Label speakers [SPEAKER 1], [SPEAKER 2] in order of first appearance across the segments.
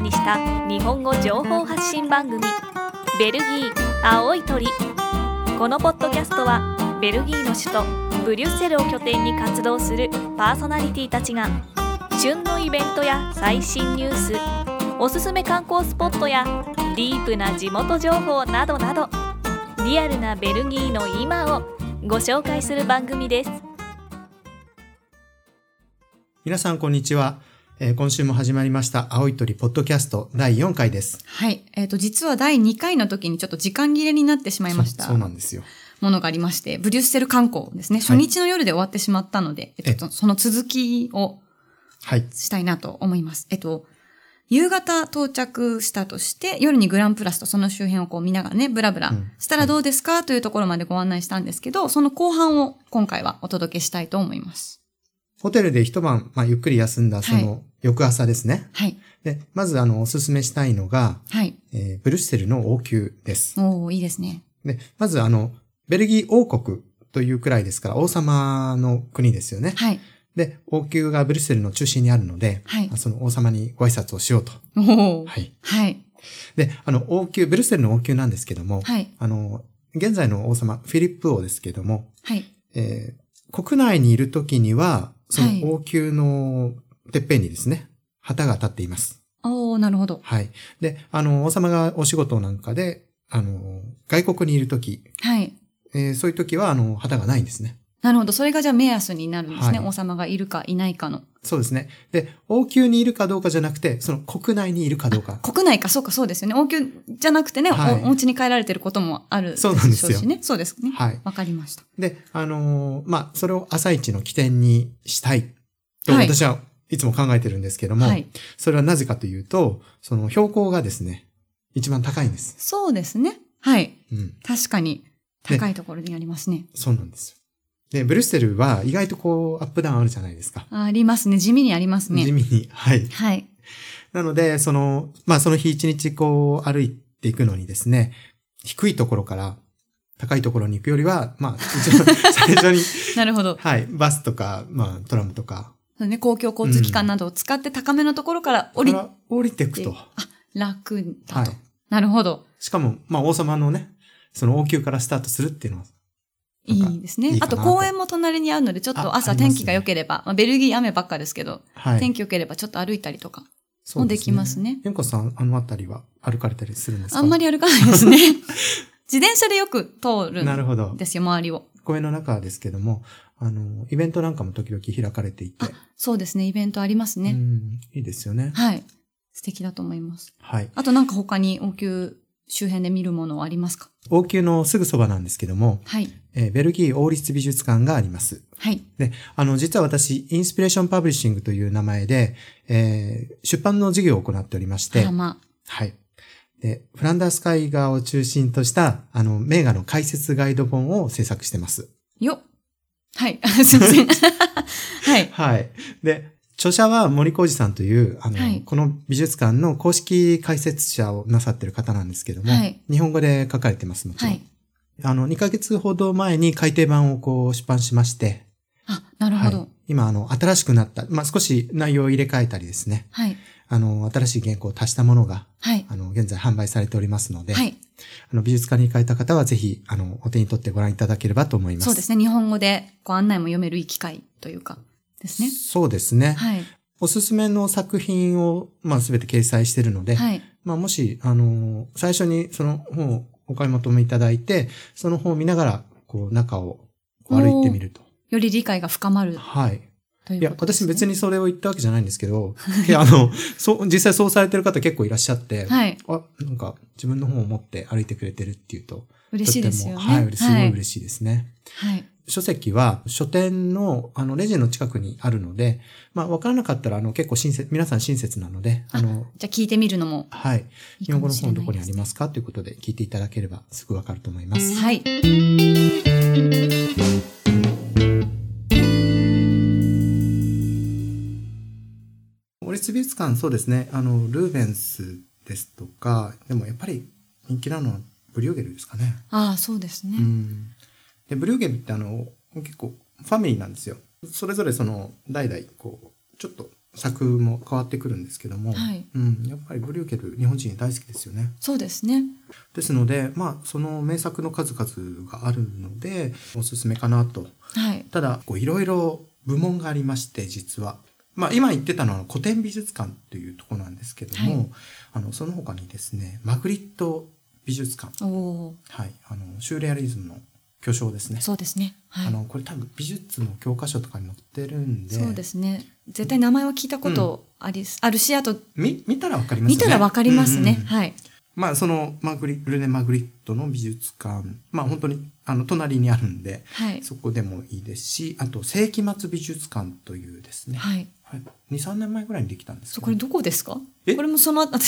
[SPEAKER 1] にした日本語情報発信番組「ベルギー青い鳥」このポッドキャストはベルギーの首都ブリュッセルを拠点に活動するパーソナリティたちが旬のイベントや最新ニュースおすすめ観光スポットやディープな地元情報などなどリアルなベルギーの今をご紹介する番組です。
[SPEAKER 2] 皆さん、こんにちは。えー今週も始まりました、青い鳥ポッドキャスト第4回です。
[SPEAKER 3] はい。えっ、と、実は第2回の時にちょっと時間切れになってしまいました
[SPEAKER 2] そうそうなんですよ。
[SPEAKER 3] ものがありまして、ブリュッセル観光ですね。初日の夜で終わってしまったので、えっと、その続きを
[SPEAKER 2] はい。
[SPEAKER 3] したいなと思います。えっと、夕方到着したとして、夜にグランプラスとその周辺をこう見ながらね、ブラブラ
[SPEAKER 2] うん
[SPEAKER 3] したらどうですか、というところまでご案内したんですけど、その後半を今回はお届けしたいと思います。
[SPEAKER 2] ホテルで一晩、まあ、ゆっくり休んだ、そ
[SPEAKER 3] は
[SPEAKER 2] の、翌朝ですね。
[SPEAKER 3] はい。
[SPEAKER 2] で、まず、あの、おすすめしたいのが、
[SPEAKER 3] はい。
[SPEAKER 2] えーブルッセルの王宮です。
[SPEAKER 3] おー、いいですね。
[SPEAKER 2] で、まず、あの、ベルギー王国というくらいですから、王様の国ですよね。
[SPEAKER 3] はい。
[SPEAKER 2] で、王宮がブリュッセルの中心にあるので、
[SPEAKER 3] はい
[SPEAKER 2] まあ。その王様にご挨拶をしようと。
[SPEAKER 3] おー。
[SPEAKER 2] はい。
[SPEAKER 3] はい。
[SPEAKER 2] で、あの、王宮、ブリュッセルの王宮なんですけども、
[SPEAKER 3] はい。
[SPEAKER 2] あの、現在の王様、フィリップ王ですけども、
[SPEAKER 3] はい。
[SPEAKER 2] えー国内にいる時には、そ
[SPEAKER 3] はい
[SPEAKER 2] の王宮のてっぺんにですね、旗が立っています。
[SPEAKER 3] おー、なるほど。
[SPEAKER 2] はい。で、あの、王様がお仕事なんかで、あの、外国にいる時、
[SPEAKER 3] はい。
[SPEAKER 2] えーそういう時は、あの、旗がないんですね。
[SPEAKER 3] なるほど。それがじゃあ目安になるんですね。
[SPEAKER 2] はい
[SPEAKER 3] 王様がいるかいないかの。
[SPEAKER 2] そうですね。で、王宮にいるかどうかじゃなくて、その国内にいるかどうか。
[SPEAKER 3] 国内か、そうか、そうですよね。王宮じゃなくてね、
[SPEAKER 2] はい
[SPEAKER 3] おお家に帰られてることもある
[SPEAKER 2] そうなんですよ
[SPEAKER 3] しね。そうですね。
[SPEAKER 2] はい。
[SPEAKER 3] わかりました。
[SPEAKER 2] で、あのーまあ、それを朝一の起点にしたいと
[SPEAKER 3] はい
[SPEAKER 2] 私はいつも考えてるんですけども、
[SPEAKER 3] はい。
[SPEAKER 2] それはなぜかというと、その標高がですね、一番高いんです。
[SPEAKER 3] そうですね。はい。
[SPEAKER 2] うん。
[SPEAKER 3] 確かに、
[SPEAKER 2] で
[SPEAKER 3] 高いところにありますね。
[SPEAKER 2] そうなんですよ。で、ブリュッセルは意外とこう、アップダウンあるじゃないですか。
[SPEAKER 3] ありますね。地味にあります
[SPEAKER 2] 地味
[SPEAKER 3] ね。
[SPEAKER 2] に。はい。
[SPEAKER 3] はい。
[SPEAKER 2] なので、その、まあ、その日一日こう、歩いていくのにですね、低いところから高いところに行くよりは、まあ、一 番最初に、
[SPEAKER 3] なるほど。
[SPEAKER 2] はい、バスとか、まあ、トラムとか、
[SPEAKER 3] そうね、公共交通機関などを使って高めのところから降り、
[SPEAKER 2] から降りていくと。
[SPEAKER 3] 楽
[SPEAKER 2] は
[SPEAKER 3] だ
[SPEAKER 2] い
[SPEAKER 3] と。。なるほど。
[SPEAKER 2] しかも、まあ、王様のね、その王宮からスタートするっていうのは、なんか
[SPEAKER 3] いいですね。
[SPEAKER 2] いいか
[SPEAKER 3] あ
[SPEAKER 2] なと
[SPEAKER 3] と公園も隣にあるので、ちょっ
[SPEAKER 2] あ
[SPEAKER 3] と
[SPEAKER 2] あ
[SPEAKER 3] 朝
[SPEAKER 2] りますね
[SPEAKER 3] 天気が良ければ、まあ、ベルギー雨ばっかですけど、
[SPEAKER 2] はい。
[SPEAKER 3] 天気良ければちょっと歩いたりとか。
[SPEAKER 2] そう
[SPEAKER 3] もできますね
[SPEAKER 2] ゆんこさん、あの辺りは歩かれたりするんですか
[SPEAKER 3] あんま
[SPEAKER 2] り。
[SPEAKER 3] り歩かな いですね。自転車でよく通る
[SPEAKER 2] なる
[SPEAKER 3] ん
[SPEAKER 2] ほど。
[SPEAKER 3] ですよ、周りを。
[SPEAKER 2] 公園の中ですけども、あの、イベントなんかも時々開かれていて。
[SPEAKER 3] そうですね、イベントあります
[SPEAKER 2] う
[SPEAKER 3] ね。
[SPEAKER 2] ん、いいですよね。
[SPEAKER 3] はい。素敵だと思います。
[SPEAKER 2] はい。
[SPEAKER 3] あとなんか他に王宮周辺で見るものはありますか
[SPEAKER 2] 王宮のすぐそばなんですけども、
[SPEAKER 3] はい。
[SPEAKER 2] えーベルギー王立美術館があります。
[SPEAKER 3] はい。
[SPEAKER 2] で、あの、実は私、インスピレーションパブリッシングという名前で、えー出版の事業を行っておりまし
[SPEAKER 3] あ
[SPEAKER 2] て
[SPEAKER 3] ら、まあ。
[SPEAKER 2] はい。で、フランダース海岸を中心とした、あの、名画の解説ガイド本を制作してます。
[SPEAKER 3] よっはい。 すいま せん。はい。
[SPEAKER 2] はい。で、著者は森浩二さんという、あの、
[SPEAKER 3] はい
[SPEAKER 2] この美術館の公式解説者をなさってる方なんですけども、
[SPEAKER 3] はい
[SPEAKER 2] 日本語で書かれてます、もちろ
[SPEAKER 3] は
[SPEAKER 2] ん。
[SPEAKER 3] い。
[SPEAKER 2] あの、2ヶ月ほど前に改訂版をこう出版しまして、
[SPEAKER 3] あ、なるほ
[SPEAKER 2] はい
[SPEAKER 3] ど。
[SPEAKER 2] 今、あの、新しくなった、まあ、少し内容を入れ替えたりですね、
[SPEAKER 3] はい。
[SPEAKER 2] あの、新しい原稿を足したものが、
[SPEAKER 3] はい。
[SPEAKER 2] あの、現在販売されておりますので、
[SPEAKER 3] はい。
[SPEAKER 2] あの、美術館に行かれた方はぜひ、あの、お手に取ってご覧いただければと思います。
[SPEAKER 3] そうですね。日本語でご案内も読めるいい機会というか、ですね。
[SPEAKER 2] そうですね。
[SPEAKER 3] はい。
[SPEAKER 2] おすすめの作品を、まあ、すべて掲載しているので、
[SPEAKER 3] はい。
[SPEAKER 2] まあ、もし、あのー最初にその本をお買い求めいただいて、その本を見ながら、こう、中をこう歩いてみると。
[SPEAKER 3] より理解が深まる
[SPEAKER 2] はい。
[SPEAKER 3] とい
[SPEAKER 2] いうや
[SPEAKER 3] こ、とで
[SPEAKER 2] 私
[SPEAKER 3] すね。
[SPEAKER 2] 別にそれを言ったわけじゃないんですけど、いやあの、 そう、実際そうされてる方結構いらっしゃって、
[SPEAKER 3] はい。
[SPEAKER 2] あ、なんか自分の本を持って歩いてくれてるっていうと、
[SPEAKER 3] 嬉しいですよね。
[SPEAKER 2] とてもはい、すごい
[SPEAKER 3] しい。
[SPEAKER 2] 嬉しいですね。
[SPEAKER 3] はい。
[SPEAKER 2] 書籍は書店のあのレジの近くにあるので、まあ分からなかったらあの結構親切、皆さん親切なので、あの、
[SPEAKER 3] じゃあ聞いてみるのも
[SPEAKER 2] はい。
[SPEAKER 3] いい
[SPEAKER 2] 日本
[SPEAKER 3] か
[SPEAKER 2] 語
[SPEAKER 3] も
[SPEAKER 2] の
[SPEAKER 3] しれ
[SPEAKER 2] 本
[SPEAKER 3] な
[SPEAKER 2] ど
[SPEAKER 3] い
[SPEAKER 2] こに
[SPEAKER 3] で
[SPEAKER 2] あ
[SPEAKER 3] す
[SPEAKER 2] り
[SPEAKER 3] ね。
[SPEAKER 2] ますかということで聞いていただければすぐわかると思います。
[SPEAKER 3] はい。
[SPEAKER 2] オリス美術館そうですね、あの、ルーベンスですとか、でもやっぱり人気なのはブリューゲルですかね。
[SPEAKER 3] ああ、そうですね。
[SPEAKER 2] うん。で、ブリューゲルってあの、結構ファミリーなんですよ。それぞれその代々こう、ちょっと作も変わってくるんですけども、
[SPEAKER 3] はい
[SPEAKER 2] うん、やっぱりブリューケル日本人大好きですよね。
[SPEAKER 3] そうですね。
[SPEAKER 2] ですので、まあ、その名作の数々があるので、おすすめかなと。
[SPEAKER 3] はい。
[SPEAKER 2] ただ、こういろいろ部門がありまして、実は。まあ、今言ってたのは古典美術館というところなんですけども、
[SPEAKER 3] はい
[SPEAKER 2] あの、その他にですね、マグリット美術館。
[SPEAKER 3] おお
[SPEAKER 2] はい。あの、シューレアリズムの巨匠ですね
[SPEAKER 3] ー、。そうですね。はい。
[SPEAKER 2] あの、これ多分美術の教科書とかに載ってるんで、
[SPEAKER 3] そうですね。絶対名前は聞いたことあり、あるし、あと、
[SPEAKER 2] み見たらわかりますよ
[SPEAKER 3] 見
[SPEAKER 2] ね。
[SPEAKER 3] たらわかります
[SPEAKER 2] うんうん
[SPEAKER 3] ね。
[SPEAKER 2] うん
[SPEAKER 3] はい。
[SPEAKER 2] まあ、そのマグリ、ルネ・マグリットの美術館、まあ、本当に、あの、隣にあるんで、
[SPEAKER 3] はい。
[SPEAKER 2] そこでもいいですし、あと、世紀末美術館というですね、
[SPEAKER 3] はい。
[SPEAKER 2] はい、2、3年前ぐらいにできたんです
[SPEAKER 3] そ
[SPEAKER 2] け
[SPEAKER 3] これどこですか
[SPEAKER 2] え
[SPEAKER 3] これもそのあたり、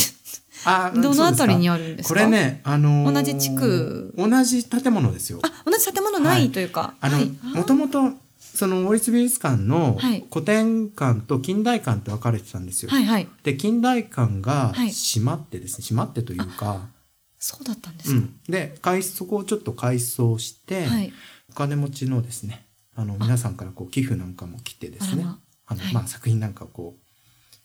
[SPEAKER 2] あー
[SPEAKER 3] どのあたりに
[SPEAKER 2] そう
[SPEAKER 3] あるんで
[SPEAKER 2] ですす
[SPEAKER 3] か
[SPEAKER 2] かこれ。ね、あのー
[SPEAKER 3] 同じ地区
[SPEAKER 2] 同じ建物ですよ。
[SPEAKER 3] あ、同じ建物ないというか。
[SPEAKER 2] あ
[SPEAKER 3] は
[SPEAKER 2] の
[SPEAKER 3] い、
[SPEAKER 2] もともと、その王立美術館の
[SPEAKER 3] はい
[SPEAKER 2] 古典館と近代館って分かれてたんですよ。
[SPEAKER 3] はいはい。
[SPEAKER 2] で、近代館が
[SPEAKER 3] はい
[SPEAKER 2] 閉まってですね、閉まってというか、
[SPEAKER 3] そうだったんで
[SPEAKER 2] う
[SPEAKER 3] すか。
[SPEAKER 2] ん。で、改そこをちょっと改装して、
[SPEAKER 3] はい。
[SPEAKER 2] お金持ちのですね、あの、皆さんからこう寄付なんかも来てですね、
[SPEAKER 3] あ
[SPEAKER 2] あ
[SPEAKER 3] らま
[SPEAKER 2] の、
[SPEAKER 3] はい
[SPEAKER 2] まあ作品なんかをこう、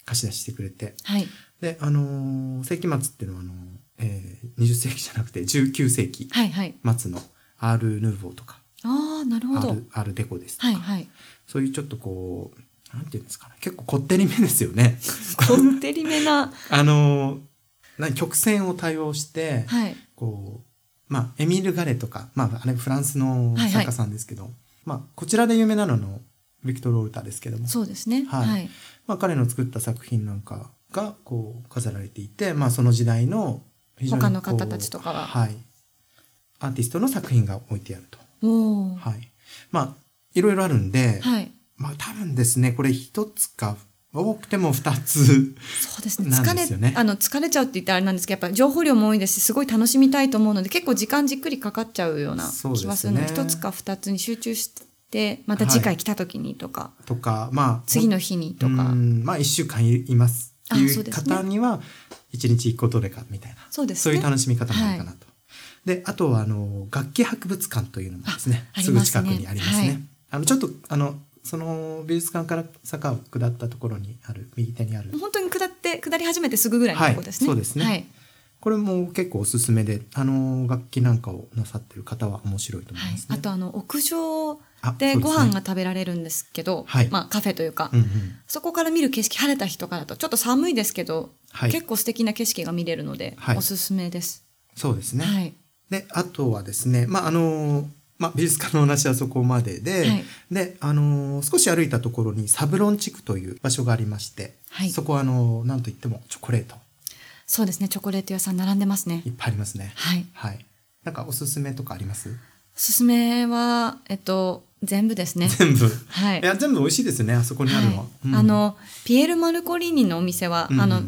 [SPEAKER 2] 貸し出してくれて、
[SPEAKER 3] はい。
[SPEAKER 2] で、あのー世紀末っていうのはあのーえー20世紀じゃなくて19世紀
[SPEAKER 3] はいはい。
[SPEAKER 2] 末のアール・ヌーボーとか、
[SPEAKER 3] ああ、なる
[SPEAKER 2] ア
[SPEAKER 3] ほど
[SPEAKER 2] ー。ル・アールデコですとか、
[SPEAKER 3] はいはい。
[SPEAKER 2] そういうちょっとこう、なんていうんですかね、結構こってりめですよね。
[SPEAKER 3] こってりめな。
[SPEAKER 2] あのー何曲線を対応して、
[SPEAKER 3] はい。
[SPEAKER 2] こう、まあ、エミール・ガレとか、まあ、あれフランスの
[SPEAKER 3] はいはい
[SPEAKER 2] 作家さんですけど、まあ、こちらで有名なのはあの、ビクトル・オルタですけども、
[SPEAKER 3] そうですね。
[SPEAKER 2] はい
[SPEAKER 3] はい。
[SPEAKER 2] まあ、彼の作った作品なんかが、こう、飾られていて、まあ、その時代の非常にこう、
[SPEAKER 3] 他の方たちとかは
[SPEAKER 2] はい。アーティストの作品が置いてあると。
[SPEAKER 3] おお。
[SPEAKER 2] はい。まあ、いろいろあるんで、
[SPEAKER 3] はい。
[SPEAKER 2] まあ、多分ですね、これ一つか、多くても二つ。
[SPEAKER 3] そうですね。
[SPEAKER 2] なんです
[SPEAKER 3] 疲れ、
[SPEAKER 2] よね
[SPEAKER 3] あの疲れちゃうって言ったらあれなんですけど、やっぱ情報量も多いですし、すごい楽しみたいと思うので、結構時間じっくりかかっちゃうような
[SPEAKER 2] そうで
[SPEAKER 3] 気
[SPEAKER 2] すね
[SPEAKER 3] はするので、一、つか二つに集中して、また次回来た時にとか、
[SPEAKER 2] とか、まあ、
[SPEAKER 3] 次の日にと
[SPEAKER 2] う
[SPEAKER 3] か、
[SPEAKER 2] んまあ、1週間いいますってい
[SPEAKER 3] あそう
[SPEAKER 2] う
[SPEAKER 3] ですね
[SPEAKER 2] 方には、1日1個どれかみたいな、
[SPEAKER 3] そうです
[SPEAKER 2] そう
[SPEAKER 3] ね。
[SPEAKER 2] いう楽しみ方もあるかなと。で、あとは、あの、楽器博物館というのもですね、
[SPEAKER 3] ああり
[SPEAKER 2] す
[SPEAKER 3] ま
[SPEAKER 2] ぐ
[SPEAKER 3] すね
[SPEAKER 2] 近くにありますね。
[SPEAKER 3] はい
[SPEAKER 2] あの、ちょっと、あの、その美術館から坂を下ったところにある、右手にある、
[SPEAKER 3] 本当に下って下り始めてすぐぐらいのとこですね。
[SPEAKER 2] はいそうですね
[SPEAKER 3] はい。
[SPEAKER 2] これも結構おすすめで、あの、楽器なんかをなさってる方は面白いと思い
[SPEAKER 3] はい
[SPEAKER 2] ます
[SPEAKER 3] あ
[SPEAKER 2] ね。
[SPEAKER 3] とあの屋上
[SPEAKER 2] あ
[SPEAKER 3] でご飯が、
[SPEAKER 2] そう
[SPEAKER 3] 食べられるんですけど、
[SPEAKER 2] はい
[SPEAKER 3] まあカフェというか、
[SPEAKER 2] すねうんうん。
[SPEAKER 3] そこから見る景色晴れた日とかだとちょっと寒いですけど、
[SPEAKER 2] はい
[SPEAKER 3] 結構素敵な景色が見れるので、
[SPEAKER 2] はい
[SPEAKER 3] おすすめです。
[SPEAKER 2] そうですね。
[SPEAKER 3] はい。
[SPEAKER 2] で、あとはですね、まあ、あの、まあ、美術館の話はそこまでで、
[SPEAKER 3] はい
[SPEAKER 2] で、あの、少し歩いたところにサブロン地区という場所がありまして、
[SPEAKER 3] はい
[SPEAKER 2] そこは、あの、なんといってもチョコレート
[SPEAKER 3] そうですね。チョコレート屋さん並んでますね
[SPEAKER 2] い。っぱいありますね。
[SPEAKER 3] はい。
[SPEAKER 2] はい。なんかおすすめとかあります
[SPEAKER 3] おすすめはえっと全部ですね。
[SPEAKER 2] 全部。い
[SPEAKER 3] はい。
[SPEAKER 2] や、全部美味しいですね、あそこにあるのは。
[SPEAKER 3] はい
[SPEAKER 2] うん
[SPEAKER 3] あ、のピエール・マルコリーニのお店は、
[SPEAKER 2] うんうん
[SPEAKER 3] あの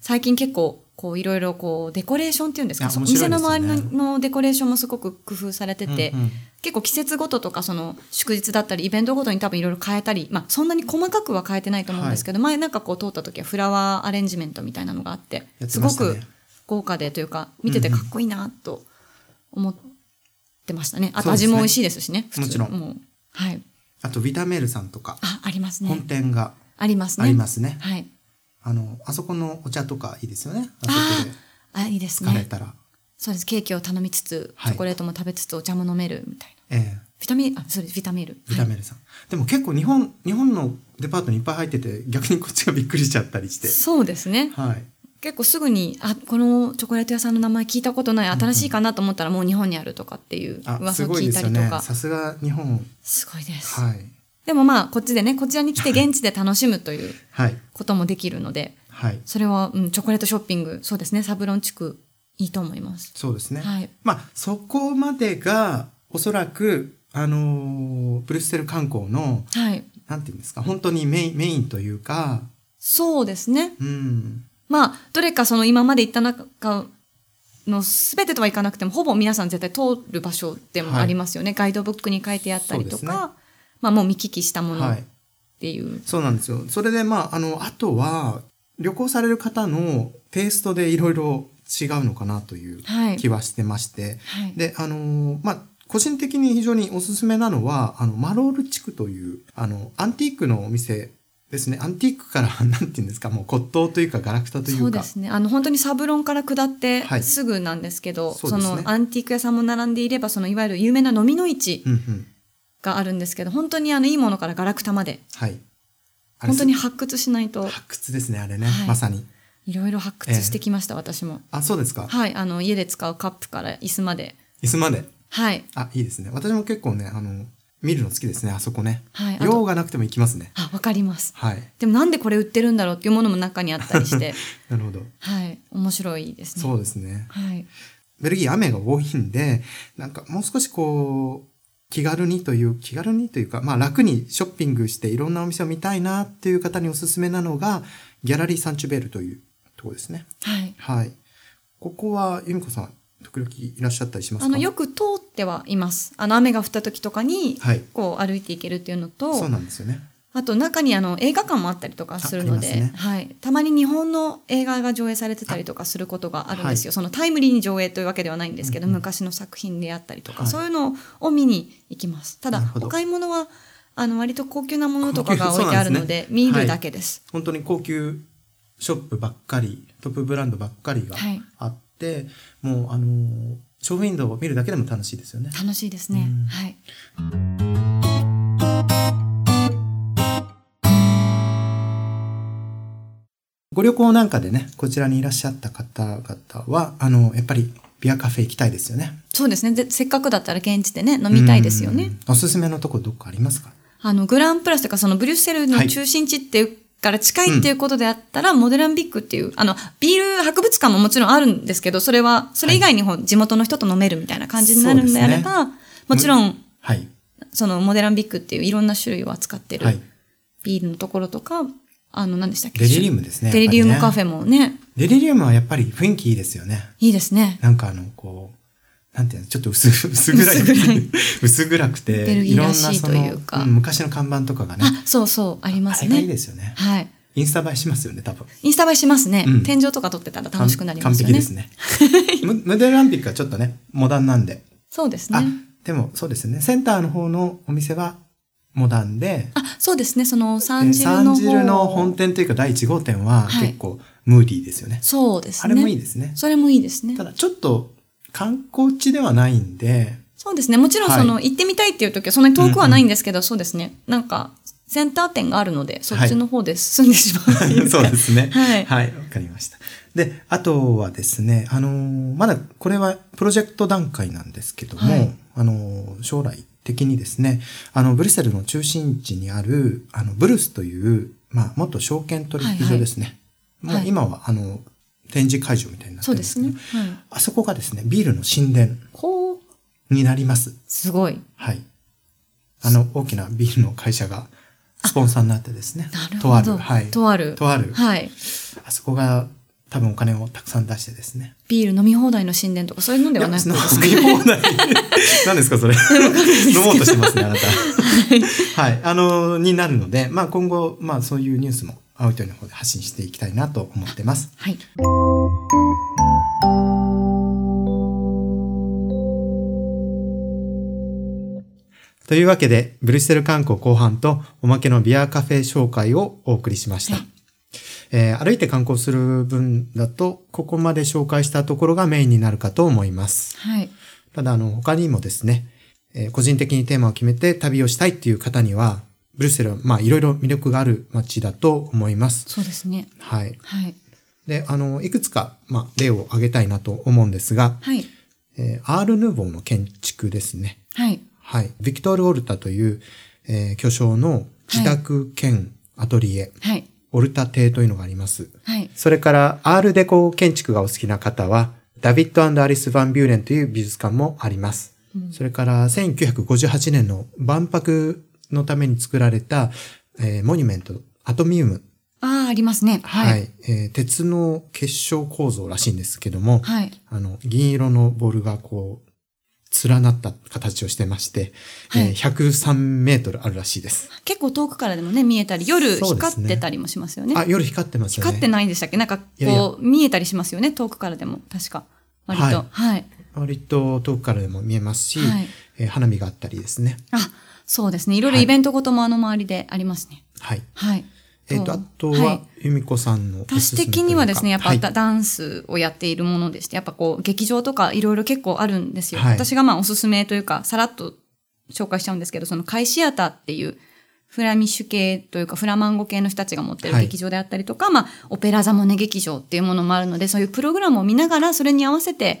[SPEAKER 3] 最近結構こういろいろこうデコレーションっていうんですか、
[SPEAKER 2] いや
[SPEAKER 3] そのお
[SPEAKER 2] 面白
[SPEAKER 3] 店
[SPEAKER 2] いで
[SPEAKER 3] の
[SPEAKER 2] すよね
[SPEAKER 3] 周りののデコレーションもすごく工夫されてて、
[SPEAKER 2] うんうん
[SPEAKER 3] 結構季節ごととかその祝日だったりイベントごとに多分いろいろ変えたり、まあ、そんなに細かくは変えてないと思うんですけど、前なんかこう通った時はフラワーアレンジメントみたいなのがあって
[SPEAKER 2] やって
[SPEAKER 3] すご
[SPEAKER 2] ましたね
[SPEAKER 3] く豪華でというか見ててかっこいいなと思ってましたね、あ
[SPEAKER 2] そ
[SPEAKER 3] と
[SPEAKER 2] うです
[SPEAKER 3] 味
[SPEAKER 2] ね
[SPEAKER 3] も美味しいですしね普通
[SPEAKER 2] もちろん
[SPEAKER 3] もうはい
[SPEAKER 2] あと、ビタメールさんとか、
[SPEAKER 3] ああります
[SPEAKER 2] 本
[SPEAKER 3] ね
[SPEAKER 2] 店が
[SPEAKER 3] ありますね
[SPEAKER 2] ありますね。
[SPEAKER 3] はい
[SPEAKER 2] あの、あそこのお茶とかいいですよね。あそ
[SPEAKER 3] あ
[SPEAKER 2] こ
[SPEAKER 3] あいいです
[SPEAKER 2] で疲れ
[SPEAKER 3] ね
[SPEAKER 2] たら。
[SPEAKER 3] そうですケーキを頼みつつ
[SPEAKER 2] はい
[SPEAKER 3] チョコレートも食べつつお茶も飲めるみたいな
[SPEAKER 2] ええ
[SPEAKER 3] ビタミンあそうですビタミンル
[SPEAKER 2] ビタメルさん。でも結構日本、日本のデパートにいっぱい入ってて、逆にこっちがびっくりしちゃったりして。
[SPEAKER 3] そうですね
[SPEAKER 2] はい。
[SPEAKER 3] 結構すぐにあこのチョコレート屋さんの名前聞いたことない新しいかなと思ったらもう日本にあるとかっていう
[SPEAKER 2] あ、
[SPEAKER 3] 噂
[SPEAKER 2] す
[SPEAKER 3] を
[SPEAKER 2] ごい
[SPEAKER 3] 聞い
[SPEAKER 2] で
[SPEAKER 3] た
[SPEAKER 2] すよ
[SPEAKER 3] りと
[SPEAKER 2] ね。
[SPEAKER 3] か
[SPEAKER 2] さすが日本。
[SPEAKER 3] すごいです、
[SPEAKER 2] はい。
[SPEAKER 3] でもまあこっちでねこちらに来て現地で楽しむという
[SPEAKER 2] はい。
[SPEAKER 3] こともできるので
[SPEAKER 2] はい。
[SPEAKER 3] それは、うん、チョコレートショッピングそうですねサブロン地区いいと思います
[SPEAKER 2] そうですね。
[SPEAKER 3] はい
[SPEAKER 2] まあ、そこまでが、おそらく、あのーブリュッセル観光の、
[SPEAKER 3] はい
[SPEAKER 2] なんていうんですか、本当にメイン、メインというか、
[SPEAKER 3] そうですね
[SPEAKER 2] うん。
[SPEAKER 3] まあどれかその今まで行った中の全てとはいかなくてもほぼ皆さん絶対通る場所でもありますよね、ガイドブックに書いてあったりと
[SPEAKER 2] そうです
[SPEAKER 3] か、
[SPEAKER 2] ね
[SPEAKER 3] まあもう見聞きしたもの
[SPEAKER 2] は
[SPEAKER 3] っ
[SPEAKER 2] い。
[SPEAKER 3] ていう、
[SPEAKER 2] そうなんですよ。それで、まあ、あの、あとは、旅行される方のテイストでいろいろ違うのかなという
[SPEAKER 3] はい
[SPEAKER 2] 気はしてまして、
[SPEAKER 3] はい、
[SPEAKER 2] で、あのーまあ、個人的に非常におすすめなのは、あの、マロール地区という、あの、アンティークのお店ですね。アンティークから、 なんて言うんですか、もう骨董というか、ガラクタというか。
[SPEAKER 3] そうですねあの本当にサブロンから下って
[SPEAKER 2] はい
[SPEAKER 3] すぐなんですけど、
[SPEAKER 2] そう
[SPEAKER 3] そ
[SPEAKER 2] ですね
[SPEAKER 3] のアンティーク屋さんも並んでいればそのいわゆる有名な飲みの市
[SPEAKER 2] うんうん。
[SPEAKER 3] があるんですけど本当にあのいいものからガラクタまで
[SPEAKER 2] はい。あれ
[SPEAKER 3] 本当に発掘しないと
[SPEAKER 2] 発掘ですね、あれね。
[SPEAKER 3] はい
[SPEAKER 2] まさに。
[SPEAKER 3] いろいろ発掘してきました、私も
[SPEAKER 2] あ、そうですか。
[SPEAKER 3] はいあの家で使うカップから椅子まで
[SPEAKER 2] 椅子まで。
[SPEAKER 3] はい
[SPEAKER 2] あ、いいですね。私も結構ね、あの、見るの好きですね、あそこね。
[SPEAKER 3] はいあ
[SPEAKER 2] 用
[SPEAKER 3] と
[SPEAKER 2] がなくても行きますね。
[SPEAKER 3] あわかります
[SPEAKER 2] はい。
[SPEAKER 3] でもなんでこれ売ってるんだろうっていうものも中にあったりして
[SPEAKER 2] なるほど。
[SPEAKER 3] はい面白いですね
[SPEAKER 2] そうですね。
[SPEAKER 3] はい
[SPEAKER 2] ベルギー雨が多いんで、なんかもう少しこう、気軽にという、気軽にというか、まあ楽にショッピングしていろんなお店を見たいなっていう方におすすめなのが、ギャラリーサンチュベルというところですね。
[SPEAKER 3] はい
[SPEAKER 2] はい。ここは、由美子さん、時々いらっしゃったりしますか
[SPEAKER 3] あのよく通ってはいますあの雨が降った時とかに
[SPEAKER 2] はい。
[SPEAKER 3] こう歩いていけるっていうのと
[SPEAKER 2] そうなんですよね。
[SPEAKER 3] あと中にあの映画館もあったりとかするので、
[SPEAKER 2] あありますね
[SPEAKER 3] はい、たまに日本の映画が上映されてたりとかすることがあるんですよ、そのタイムリーに上映というわけではないんですけど、
[SPEAKER 2] うんうん
[SPEAKER 3] 昔の作品であったりとか、
[SPEAKER 2] はい
[SPEAKER 3] そういうのを見に行きますた
[SPEAKER 2] なる
[SPEAKER 3] だ
[SPEAKER 2] ほど
[SPEAKER 3] お買い物はあの割と高級なものと かが置いてあ
[SPEAKER 2] 高級そ
[SPEAKER 3] る
[SPEAKER 2] うなん
[SPEAKER 3] の
[SPEAKER 2] で
[SPEAKER 3] です
[SPEAKER 2] ね
[SPEAKER 3] 見るだけです、
[SPEAKER 2] 本当に高級ショップばっかり、トップブランドばっかりが
[SPEAKER 3] はい
[SPEAKER 2] あって、もうあの、ショーウィンドウを見るだけでも楽しいですよね。
[SPEAKER 3] 楽しいですね
[SPEAKER 2] うん
[SPEAKER 3] はい
[SPEAKER 2] ご旅行なんかでね、こちらにいらっしゃった方々は、あの、やっぱりビアカフェ行きたいですよね。
[SPEAKER 3] そうですねでせっかくだったら現地でね飲みたいですよ
[SPEAKER 2] う
[SPEAKER 3] ね
[SPEAKER 2] ん。おすすめのとこどっかありますか
[SPEAKER 3] あのグランプラスというかそのブリュッセル
[SPEAKER 2] はい
[SPEAKER 3] の中心地っていうから近いっていうことであったら、モデランビックっていうあのビール博物館ももちろんあるんですけどそれはそれ以外にほん地元の人と飲めるみたいな感じになるんであれば、もちろん
[SPEAKER 2] はい。
[SPEAKER 3] そのモデランビックっていういろんな種類を扱って
[SPEAKER 2] はい
[SPEAKER 3] る。ビールのところとか、あの何でしたっけ
[SPEAKER 2] デリリウムですね。
[SPEAKER 3] デリリウム
[SPEAKER 2] やっぱ
[SPEAKER 3] カ
[SPEAKER 2] り
[SPEAKER 3] フ
[SPEAKER 2] ね。
[SPEAKER 3] ェもね
[SPEAKER 2] デリリウムはやっぱり雰囲気いいですよね。
[SPEAKER 3] いいですね
[SPEAKER 2] なんかあの、こう、なんていうの、ちょっと薄、 薄暗い。
[SPEAKER 3] 薄暗い
[SPEAKER 2] 薄暗くて、
[SPEAKER 3] ベルギーらしいというか
[SPEAKER 2] ろんなそのん昔の看板とかがね。
[SPEAKER 3] あそうそうあります
[SPEAKER 2] あ
[SPEAKER 3] ね
[SPEAKER 2] れがいいですよね。
[SPEAKER 3] はい
[SPEAKER 2] インスタ映えしますよね、多分。
[SPEAKER 3] インスタ映えしますね、
[SPEAKER 2] うん
[SPEAKER 3] 天井とか撮ってたら楽しくなりますよね
[SPEAKER 2] 完璧ですね。 ムムデランピックはちょっとね、モダンなんで。
[SPEAKER 3] そうです
[SPEAKER 2] あ
[SPEAKER 3] ね、
[SPEAKER 2] でもそうですね。センターの方のお店はモダンで、
[SPEAKER 3] あそうですねその
[SPEAKER 2] サ
[SPEAKER 3] 三
[SPEAKER 2] ン
[SPEAKER 3] 重
[SPEAKER 2] ジ
[SPEAKER 3] の方
[SPEAKER 2] ルの本店というか第1号店は
[SPEAKER 3] はい
[SPEAKER 2] 結構ムーディーですよね。
[SPEAKER 3] そうです
[SPEAKER 2] あ
[SPEAKER 3] ね。
[SPEAKER 2] れもいいですね。
[SPEAKER 3] それもいいですね
[SPEAKER 2] た。だちょっと観光地ではないんで、
[SPEAKER 3] そうですね。もちろん
[SPEAKER 2] はい
[SPEAKER 3] その、行ってみたいっていう時はそんなに遠くはないんですけど、そうですね。なんか、センター店があるので、そっちの方で進んでしまうってい
[SPEAKER 2] そうですね。
[SPEAKER 3] はい
[SPEAKER 2] はい、わかりました。で、あとはですね、あのーまだこれはプロジェクト段階なんですけども、
[SPEAKER 3] はい
[SPEAKER 2] あのー将来的にですね、あの、ブリュッセルの中心地にある、あの、ブルスという、まあ、元証券取引所ですね。
[SPEAKER 3] はいはい
[SPEAKER 2] もう今は、あの、展示会場みたいになって
[SPEAKER 3] そ
[SPEAKER 2] る
[SPEAKER 3] うんで
[SPEAKER 2] です
[SPEAKER 3] す
[SPEAKER 2] けど、
[SPEAKER 3] ね。はい。
[SPEAKER 2] あそこがですね、ビールの神殿
[SPEAKER 3] こう、
[SPEAKER 2] になります。
[SPEAKER 3] すごい。
[SPEAKER 2] はい。あの、大きなビールの会社が、スポンサーになってですね。
[SPEAKER 3] なる
[SPEAKER 2] とあ
[SPEAKER 3] ほ
[SPEAKER 2] る、
[SPEAKER 3] ど。
[SPEAKER 2] はい。
[SPEAKER 3] とある。
[SPEAKER 2] とある
[SPEAKER 3] はい。
[SPEAKER 2] あそこが多分お金をたくさん出してですね。
[SPEAKER 3] ビール飲み放題の神殿とかそういうのではないい
[SPEAKER 2] や
[SPEAKER 3] です
[SPEAKER 2] そ
[SPEAKER 3] か
[SPEAKER 2] の飲み放題。 何ですかそれ。飲もうとしてますね、あなた。はい。あの、になるので、まあ今後、まあそういうニュースもアウトの方で発信していきたいなと思ってます。
[SPEAKER 3] はい。
[SPEAKER 2] というわけで、ブリュッセル観光後半とおまけのビアカフェ紹介をお送りしました。
[SPEAKER 3] はい
[SPEAKER 2] えー歩いて観光する分だと、ここまで紹介したところがメインになるかと思います。
[SPEAKER 3] はい。
[SPEAKER 2] ただ、あの、他にもですね、えー個人的にテーマを決めて旅をしたいっていう方には、ブリュッセルは、まあ、いろいろ魅力がある街だと思います。
[SPEAKER 3] そうですね。
[SPEAKER 2] はい。
[SPEAKER 3] はい。
[SPEAKER 2] で、あの、いくつか、まあ、例を挙げたいなと思うんですが、
[SPEAKER 3] はい。
[SPEAKER 2] えーアール・ヌーボーの建築ですね。
[SPEAKER 3] はい。
[SPEAKER 2] はい。ビクトール・オルタという、えー巨匠の自宅兼アトリエ、
[SPEAKER 3] はい。
[SPEAKER 2] オルタ邸というのがあります。
[SPEAKER 3] はい。
[SPEAKER 2] それから、アール・デコ建築がお好きな方は、ダビッドアリス・ヴァン・ビューレンという美術館もあります。それから、1958年の万博のために作られた、えーモニュメント、アトミウム。
[SPEAKER 3] ああ、ありますね。
[SPEAKER 2] は、
[SPEAKER 3] はいい。
[SPEAKER 2] えー鉄の結晶構造らしいんですけども、
[SPEAKER 3] はい。
[SPEAKER 2] あの、銀色のボールがこう、連なった形をしてまして、
[SPEAKER 3] はい
[SPEAKER 2] えー103メートルあるらしいです。
[SPEAKER 3] 結構遠くからでもね、見えたり、夜
[SPEAKER 2] そうですね
[SPEAKER 3] 光ってたりもしますよね。
[SPEAKER 2] あ、夜光ってますよね。
[SPEAKER 3] 光ってないんでしたっけなんかこう
[SPEAKER 2] いやいや
[SPEAKER 3] 見えたりしますよね遠くからでも確か割とはい、
[SPEAKER 2] 割と遠くからでも見えますし、
[SPEAKER 3] はい
[SPEAKER 2] えー花火があったりですね。
[SPEAKER 3] あそうですねいろいろ
[SPEAKER 2] はい
[SPEAKER 3] イベントごともあの周りでありますね
[SPEAKER 2] はい。
[SPEAKER 3] はい、
[SPEAKER 2] ええっ、と、あとは、
[SPEAKER 3] はい
[SPEAKER 2] 由美子さんのおすすめ
[SPEAKER 3] 私
[SPEAKER 2] というか
[SPEAKER 3] 的にはですね、やっぱ
[SPEAKER 2] はい
[SPEAKER 3] ダダンスをやっているものでして、やっぱこう、劇場とかいろいろ結構あるんですよ。
[SPEAKER 2] はい
[SPEAKER 3] 私がまあおすすめというか、さらっと紹介しちゃうんですけど、そのカイシアターっていう、フラミッシュ系というか、フラマンゴ系の人たちが持ってる
[SPEAKER 2] はい
[SPEAKER 3] 劇場であったりとか、まあ、オペラザモネ劇場っていうものもあるので、そういうプログラムを見ながら、それに合わせて、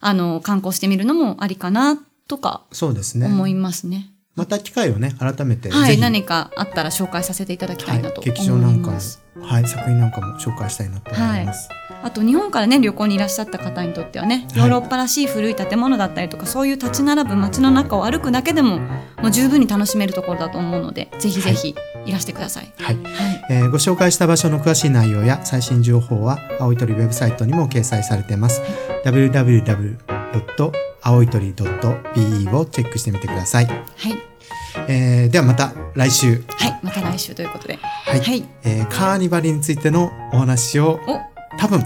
[SPEAKER 3] あの、観光してみるのもありかな、とか
[SPEAKER 2] そうですね。
[SPEAKER 3] 思いますね。
[SPEAKER 2] また機会をね、改めて、
[SPEAKER 3] は
[SPEAKER 2] ぜ
[SPEAKER 3] い、
[SPEAKER 2] ひ
[SPEAKER 3] 何かあったら紹介させていただきたいなと
[SPEAKER 2] はい、
[SPEAKER 3] 思います。
[SPEAKER 2] 劇場なんかも、はい、作品なんかも紹介したいなと思います。
[SPEAKER 3] あと日本からね旅行にいらっしゃった方にとってはね
[SPEAKER 2] はい
[SPEAKER 3] ヨーロッパらしい古い建物だったりとか、そういう立ち並ぶ街の中を歩くだけでももう十分に楽しめるところだと思うのでぜひぜひいらしてください。
[SPEAKER 2] はい、
[SPEAKER 3] はい
[SPEAKER 2] えーご紹介した場所の詳しい内容や最新情報は、青い鳥ウェブサイトにも掲載されています。www. 青い鳥 .be をチェックしてみてください。
[SPEAKER 3] はい、
[SPEAKER 2] えーではまた来週、
[SPEAKER 3] はい、また来週ということで、
[SPEAKER 2] は
[SPEAKER 3] はい
[SPEAKER 2] い、えーカーニバルについてのお話を
[SPEAKER 3] お
[SPEAKER 2] 多 分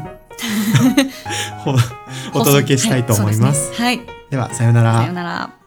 [SPEAKER 2] おお届けしたいと思います。
[SPEAKER 3] はい、そうでね
[SPEAKER 2] では、さような
[SPEAKER 3] はい
[SPEAKER 2] ら
[SPEAKER 3] さよう。なら。